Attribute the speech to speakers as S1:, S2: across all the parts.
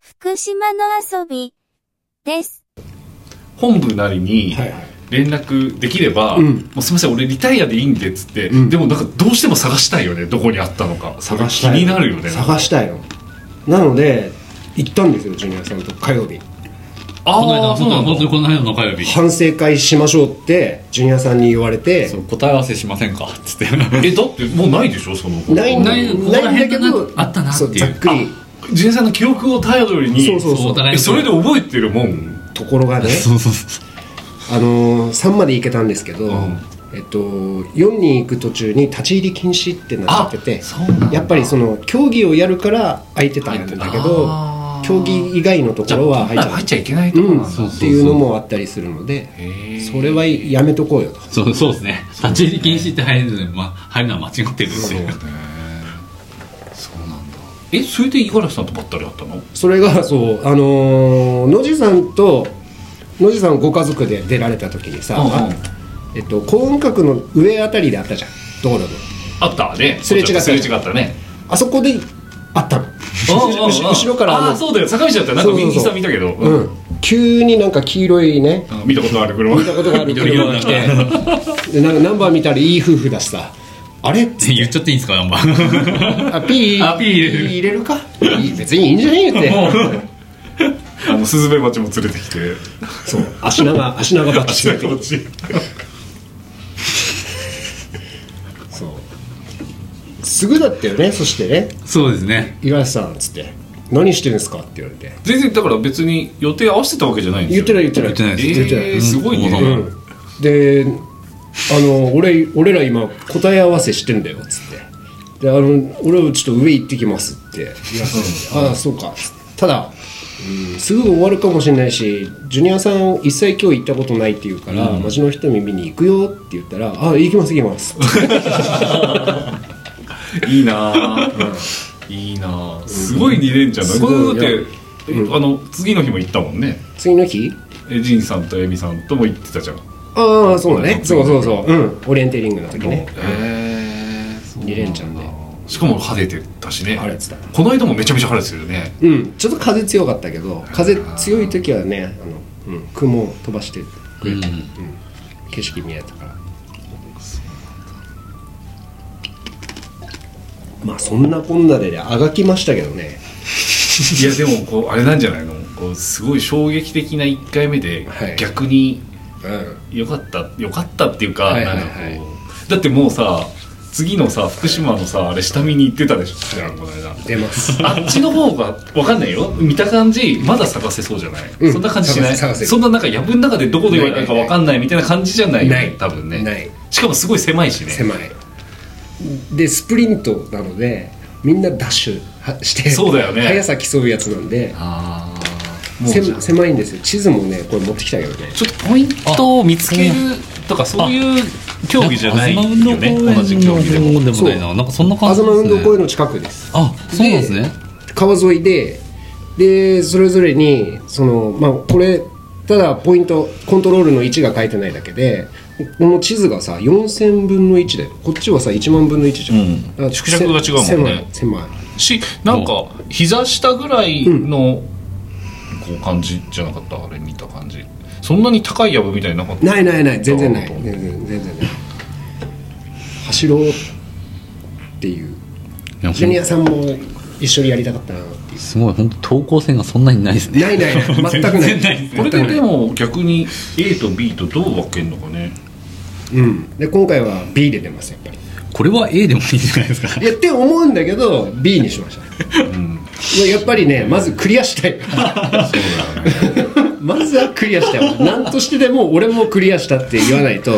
S1: 福島の遊びです。
S2: 本部なりに
S3: はいはい
S2: 連絡できれば、
S3: うん
S2: もうすみません俺リタイアでいいんでっつって、
S3: うん
S2: でもなんかどうしても探したいよねどこにあったのか
S3: 探し
S2: 気
S3: たい
S2: になるよね
S3: 探したいのなので行ったんですよジュニアさんと火曜日
S2: あ
S4: この間
S2: あそう
S4: 本当
S2: なん
S4: に本当に
S2: だ
S4: この間の火曜日
S3: 反省会しましょうってジュニアさんに言われて
S4: そう答え合わせしませんかっ つって
S2: えだってもうないでしょその
S3: ないんだ
S4: な
S3: な
S4: い
S3: いんだけ
S4: ここら辺
S3: ど
S4: だなあったなっていう
S3: そうざっくり
S2: 人生の記憶を頼りに
S3: そうそうそう
S4: そうお互い
S2: えそれで覚えてるもん
S3: ところ がね
S4: そうそうそう
S3: あのー、3まで行けたんですけど、
S2: ん
S3: えっと、4に行く途中に立ち入り禁止ってなってて
S2: あそうなんだ
S3: やっぱりその競技をやるから空いてたんだけど
S2: あー
S3: 競技以外のところは入っちゃ
S2: 入っちゃいけないと
S3: う
S2: こ
S3: う
S2: なんだ、
S3: ん
S4: そう
S3: っていうのもあったりするので
S2: へー
S3: それはやめとこうよと
S4: そうそうですね立ち入り禁止って入るのに、まあ、入るのは間違ってるっていう
S2: そうなんだえそれで五十嵐さんとばったり会ったの
S3: それがそうあのー野地さんと野地さんご家族で出られた時にさ、
S2: うんうん
S3: えっと、高音閣の上あたりであったじゃん道路の
S2: あったね
S3: すれ違った
S2: すれ違ったね
S3: あそこであったの後ろ後ろから
S2: あ
S3: あ
S2: あー
S3: の
S2: そうだよ坂道だったよなんか
S3: そうそうそう
S2: 右下見たけど
S3: う
S2: うん
S3: ん、急になんか黄色いね
S2: あ見たことある車
S3: 見たことがある
S4: 緑
S3: 車
S4: 色
S3: が
S4: が
S3: 来
S4: 来
S3: て
S4: て
S3: でなんかナンバー見たらいい夫婦だしさあれ
S4: 言っちゃっていいんですかナンバー
S3: あピー
S4: あピー入れる
S3: 入れるかいい別にいいんじゃねえって
S2: あのスズメバチも連れてきて
S3: そう足長足長バッ
S2: 足
S3: チ連れて
S2: 長バチ
S3: そうすぐだったよねそしてね
S4: そうですね
S3: 五十嵐さんっつって「何してるんですか?」って言われて
S2: 全然だから別に予定合わせてたわけじゃないんです
S3: 言っ
S2: よ
S3: てない言ってない
S4: 言ってないです
S3: 言って
S2: えー、すご
S3: ない
S2: いね、
S4: うん
S3: うんであの俺俺ら今答え合わせしてんだよっつってであの俺はちょっと上行ってきますって言わせてああそうかただ、うん、すぐ終わるかもしれないしジュニアさん一切今日行ったことないって言うから、街の人に見に行くよって言ったら「ああ行きます行きます」
S2: いいなあ、いいなあすごい二連チャンだ、
S3: す
S2: こ
S3: ごい
S2: れだって、
S3: うん
S2: えあの次の日も行ったもんね
S3: 次の日
S2: えジンさんとエミさんとも行ってたじゃん
S3: ああそうだねそうそうそううんオリエンテリングの時ね
S2: へえ
S3: 二連チャンで
S2: しかも晴れてたしね
S3: 晴れてた
S2: この間もめちゃめちゃ晴れてたよ ね
S3: うんちょっと風強かったけど風強い時はねあの、うん、雲を飛ばしてくれた、
S4: うん
S3: 景色見えたからまあそんなこんなでねあがきましたけどね
S2: いやでもこうあれなんじゃないのこうすごい衝撃的な1回目で
S3: はい
S2: 逆に
S3: う
S2: 良かった良かったっていうか、
S3: はいはいは
S2: な
S3: い
S2: んかこうだってもうさ次のさ福島のさあれ下見に行ってたでしょ、この間
S3: ん出ます
S2: あっちの方がわかんないよ見た感じまだ探せそうじゃない、
S3: うん
S2: そんな感じしない
S3: 探せ探せ
S2: そんななんか藪の中でどこで言われたかわかんないみたいな感じじゃないよね
S3: ない
S2: 多分ね
S3: ない
S2: しかもすごい狭いしね
S3: 狭いでスプリントなのでみんなダッシュはして
S2: そうだよね
S3: 速さ競うやつなんで
S2: ああもう
S3: せ
S2: じゃあ
S3: 狭いんですよ地図もねこれ持ってきたけどね
S2: ちょっとポイントを見つけるとかそういう競技じゃないよね同じ競技でも
S4: でもないななんかそんな感
S3: 東
S4: じですね
S3: 運動公園の近くです
S4: あそうなんですね
S3: 川沿いででそれぞれにその、まあ、これただポイントコントロールの1が書いてないだけでこの地図がさ4000分の1でこっちはさ1万分の1じゃん、
S2: うん
S3: だから
S2: 縮尺が違うもんね
S3: 狭い狭い
S2: しなんか膝下ぐらいのこう感じじゃなかったあれ見た感じそんなに高いやぶみたいになかった
S3: ないないない全然ない
S2: あ
S3: 全
S2: 本
S3: 然全然ない走ろうっていう
S4: いや
S3: ジュニア
S4: ほ
S3: さんも一緒にやりたかったなってい
S4: んすごい本当投稿線がそんなにないです
S3: う
S4: ね
S3: ないな いない全くない
S4: 全然ない
S2: これででも逆に A と B とどう分けるのかね
S3: うん、で今回は B で出ますやっぱり
S4: これは A でもいいんじゃないですか
S3: いやって思うんだけど B にしました、やっぱりねまずクリアしたい まずはクリアしたい何としてでも俺もクリアしたって言わないと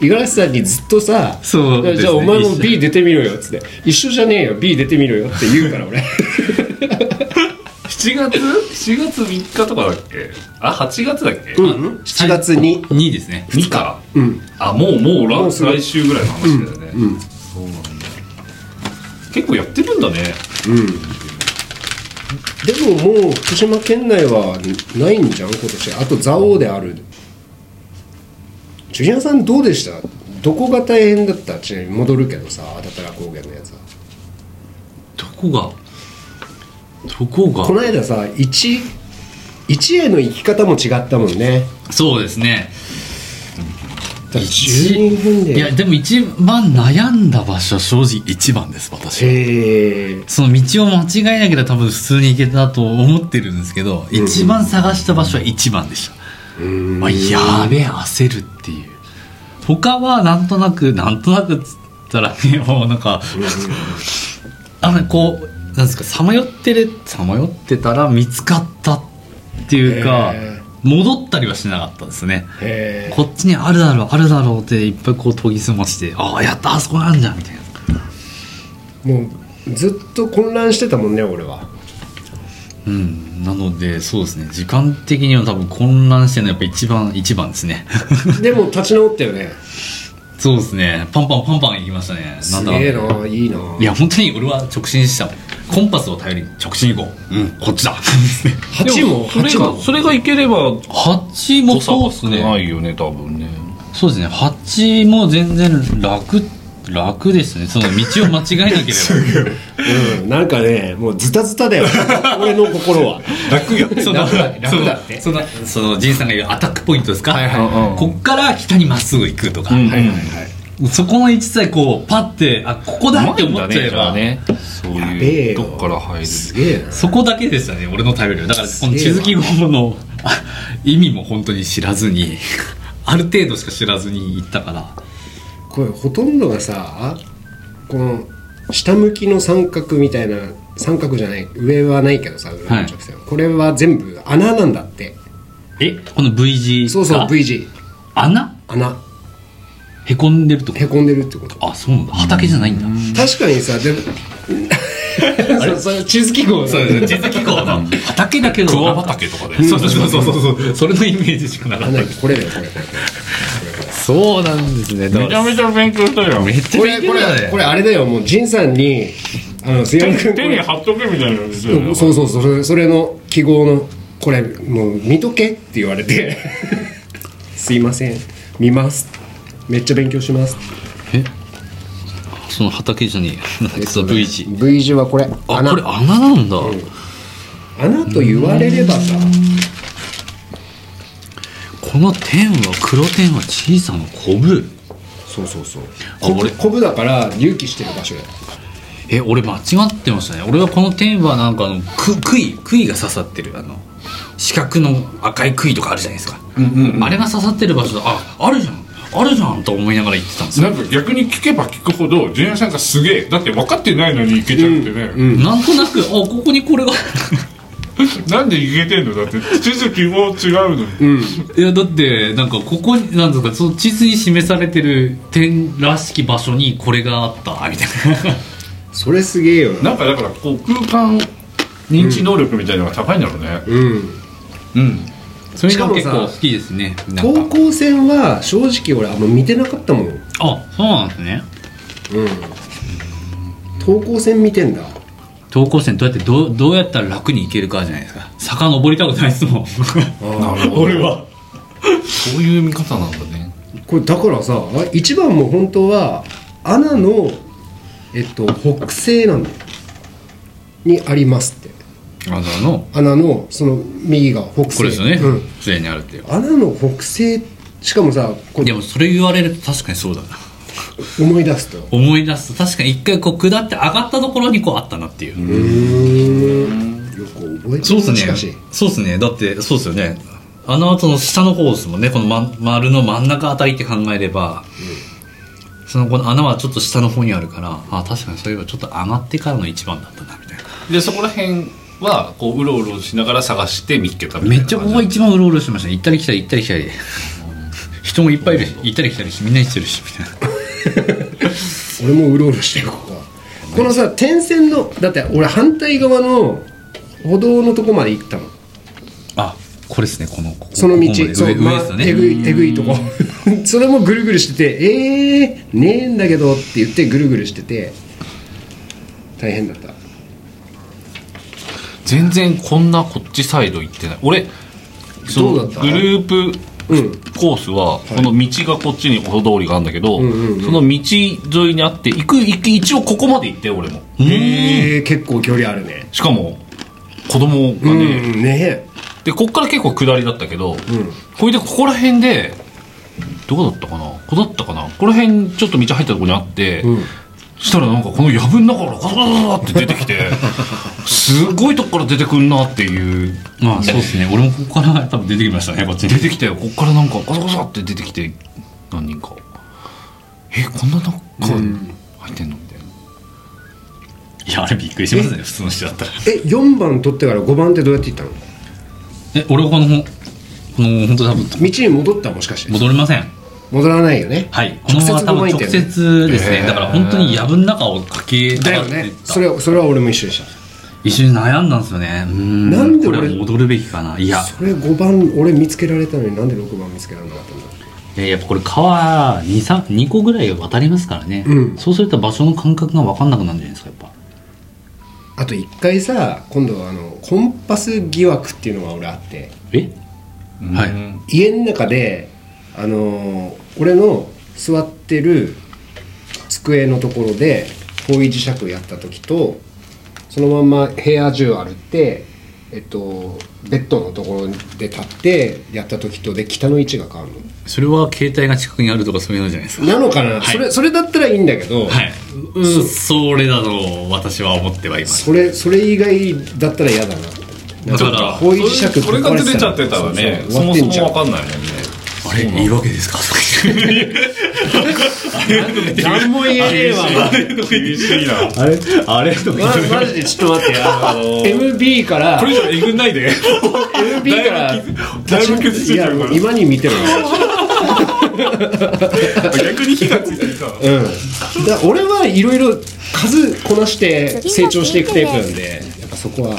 S3: 五十嵐さんにずっとさ
S4: そうですね
S3: じゃあお前も
S4: 一緒
S3: B 出てみろよ」っつって「一緒じゃねえよ B 出てみろよ」って言うから 俺
S2: 7月 ?7 月3日とかだっけあ8月だっけ、
S3: うん7月に
S4: 2位ですね
S2: 2か、
S3: うん
S2: あもうもう
S3: も
S2: 来
S3: うすぐ
S2: 来週ぐらいの話だよね、
S3: うん
S2: そうなんだ結構やってるんだね
S3: うんでももう福島県内はないんじゃん今年あと蔵王であるジュニアさんどうでしたどこが大変だったちなみに戻るけどさあだたら高原のやつは
S4: どこがそこが
S3: この間さ一一への行き方も違ったもんね
S4: そうですね
S3: だから12分
S4: いや
S3: で
S4: でも一番悩んだ場所は正直一番です私は
S3: へえ
S4: その道を間違えなければ多分普通に行けたと思ってるんですけど、一番探した場所は一番でした、まあ、やべえ焦るっていう他はなんとなくなんとなくっつったらねもうなんか、あのこうなんですかさまよってるさまよってたら見つかったっていうか、
S3: へ
S4: 戻ったりはしなかったですね
S3: へえ
S4: こっちにあるだろうあるだろうっていっぱいこう研ぎ澄ましてああやったあそこなんじゃんみたいな
S3: もうずっと混乱してたもんね俺は
S4: うん、なのでそうですね時間的には多分混乱してるのはやっぱ一番一番です ね
S3: でも立ち直ったよね
S4: そうですねパンパンパンパンいきましたね
S3: す
S4: んだ
S3: げえないいない
S4: や本当に俺は直進したもんコンパスを頼りに直進行こううんこっ ちだ
S3: 8も
S2: それ
S3: 8も
S2: がそれがいければ
S4: 8も
S2: 誤差
S4: そう
S2: は
S4: です
S2: 少な
S4: ね
S2: いよね多分ね
S4: そうですね8も全然楽楽ですねその道を間違えなけれ
S3: うんなんかねもうズタズタだ よ俺の心は
S2: 楽よ
S4: ばその
S3: 楽だ楽だって
S4: そのそのそのジンさんが言うアタックポイントですか、
S3: はいはい
S2: うんうん
S4: こっから北にまっすぐ行くとか、
S2: うん
S3: はいはいはい
S4: そこの位置さえこうパッてあここだって思っちゃえば、
S2: ねそう
S3: やべ
S2: い
S3: え
S2: う
S3: よ
S2: とこから入る
S3: すげえな
S4: そこだけでしたね俺の頼りはだからこの地図記号の あ意味も本当に知らずに ある程度しか知らずに行ったから
S3: これほとんどがさこの下向きの三角みたいな三角じゃない上はないけどさ裏の直線、これは全部穴なんだって
S4: えこの V 字
S3: そうそう
S4: が
S3: V 字
S4: 穴
S3: 穴
S4: へこんでるってこ
S3: へ
S4: と
S3: こんでるってこと
S4: あそうなんだ畑じゃないんだ
S3: 確かにさ でもそうそう地図記号
S4: そうですね地図記号の畑だけど
S2: 桑畑とかで
S4: そうそうそうそうそうそうそれのイメージしかなかっ
S3: 穴
S4: た
S3: これだよこれ
S4: そうなんですね
S2: めちゃめちゃ勉強したよ
S4: めっちゃ
S3: これこれこれあれだよもう仁さんにあの杉山君こ
S2: 手に
S3: れ
S2: 貼っとけみたいな感じだよね
S3: そうそうそうそれそれの記号のこれもう見とけって言われ てすいません見ますめっちゃ勉強します
S4: その畑じゃねえなんだその V 字
S3: V 字はこれ
S4: あ
S3: 穴
S4: これ穴なんだ、
S3: 穴と言われればさ
S4: この点は黒点は小さなコブ
S3: そうそうそう
S4: あ
S3: こ
S4: 俺
S3: こぶだから隆起してる場所だよ
S4: え俺間違ってましたね俺はこの点はなんかあのく杭杭が刺さってるあの四角の赤い杭とかあるじゃないですか、あれが刺さってる場所だああるじゃんあるじゃんと思いながら言ってたんですよ、
S2: なんか逆に聞けば聞くほどジュニアさんがすげえだって分かってないのにいけちゃってね、
S4: なんとなくあここにこれが
S2: なんでいけてんのだって地図記号違うのに、
S4: いやだってなんかここになんですかその地図に示されてる点らしき場所にこれがあったみたい な
S3: それすげえよな
S2: なんかだからこう空間認知能力みたいなのが高いんだろうね
S3: うん
S2: うん
S4: それが結
S3: しかも
S4: 構好
S3: さ
S4: きですねな
S3: 等
S4: んか
S3: 高線は正直俺あんま見てなかったもん
S4: あそうなんですね
S3: 等高線見てんだ
S4: 投稿線どうやってどうどうやったら楽に行けるかじゃないですか坂登りたくないです もん俺は
S2: そういう見方なんだね
S3: これだからさあ一番も本当は穴のえっと北西なんだよにありますって
S4: あの
S3: 穴のその右が北西
S4: これですよね
S3: うん、
S4: すで、にあるっていう
S3: 穴の北西しかもさこ
S4: で
S3: う
S4: もそれ言われると確かにそうだな
S3: 思い出すと
S4: 思い出すと確かに一回こう下って上がったところにこうあったなっていう、
S3: うーんよく覚えて
S4: そう
S3: る
S4: っすね
S3: しかし
S4: そうっすねだってそうっすよねあの後の下の方ですもんねこの、ま、丸の真ん中あたりって考えれば、そのこの穴はちょっと下の方にあるからあ確かにそれはちょっと上がってからの一番だったなみたいな
S2: でそこら辺はこううろうろしながら探して見つけたみたい
S4: め
S2: な
S4: っちゃここが一番うろうろしてましたね行ったり来たり行ったり来たり人もいっぱいいるし行ったり来たりしみんなしてるしみたいな
S3: 俺もうろうろしてるここはこのさ点線のだって俺反対側の歩道のとこまで行ったの
S4: あこれですねこのここ
S3: その道
S4: ここまで
S3: そう
S4: 上上
S3: ま
S4: で
S3: あ
S4: すよ
S3: えぐ
S4: ね
S3: いえぐいとこ それもぐるぐるしてて「えー、ねえんだけど」って言ってぐるぐるしてて大変だった
S2: 全然こんなこっちサイド行ってない俺その
S3: どうだった
S2: グループ
S3: うん
S2: コースはこの道がこっちに歩道通りがあるんだけど、その道沿いにあって行く行き一応ここまで行って俺も
S3: えー、結構距離あるね
S2: しかも子供がね、
S3: うんね
S2: でこっから結構下りだったけど、これでここら辺でどこだったかなここだったかなここら辺ちょっと道入ったとこにあって、したらなんかこの藪の中からガタガタガタって出てきて すごいとこから出てくんなっていう
S4: まあそうですね俺もここから多分出てきましたねこっち
S2: 出
S4: に
S2: てきたよこっからなんかガサガサって出てきて何人かえこんな中入ってんのみたいない
S4: やあれびっくりしますね普通の人だったら
S3: え4番取ってから5番ってどうやって行ったの
S4: え俺はこのこの本当多分
S3: 道に戻ったもしかして
S4: 戻りません
S3: 戻らないよね
S4: はいこのまま多分
S3: 直接5番行っ
S4: 直
S3: たよね
S4: 接で
S2: へ
S4: すね
S2: ー
S4: だから本当に藪の中を駆け
S3: だ
S4: 上
S3: よ
S4: がって
S3: ね
S4: いった
S3: それはそれは俺も一緒でした
S4: 一緒に悩んだんですよねうーん
S3: なんで
S4: こ
S3: 俺
S4: れ戻るべきかないや
S3: それ5番俺見つけられたのになんで6番見つけられなかったんだ
S4: いややっぱこれ川 2, 3 2個ぐらい渡りますからね、
S3: うん
S4: そうすると場所の感覚が分かんなくなるんじゃないですかやっぱ
S3: あと一回さ今度はあのコンパス疑惑っていうのが俺あって
S4: えはい
S2: うん
S3: 家の中であのー俺の座ってる机のところで方位磁石やった時とそのまんま部屋中歩ってえっとベッドのところで立ってやった時とで北の位置が変わるの
S4: それは携帯が近くにあるとかそういうのじゃないですか
S3: なのかな、
S4: はい
S3: それそれだったらいいんだけど、
S4: はい、そそれだと私は思ってはいます
S3: それそれ以外だったら嫌だな
S4: だから
S3: 方位磁石
S2: それが出ちゃってたらね
S3: そう
S2: そ
S3: そう終わ
S2: も
S3: って
S2: そ
S3: ん
S2: も
S3: じゃん
S2: 分かんないもんね
S4: あれいいわけですか
S3: 何も言えねえわ
S2: 厳しいな
S4: あれ あれとか
S3: まマジでちょっと待ってあの MB から
S2: これ以上えぐんないで
S3: MB から
S2: だいぶ傷つい
S3: い
S2: て
S3: や
S2: るから
S3: 今に見 てる
S2: 逆に火がついてるから
S3: うんだ俺はいろいろ数こなして成長していくタイプなんでやっぱそこは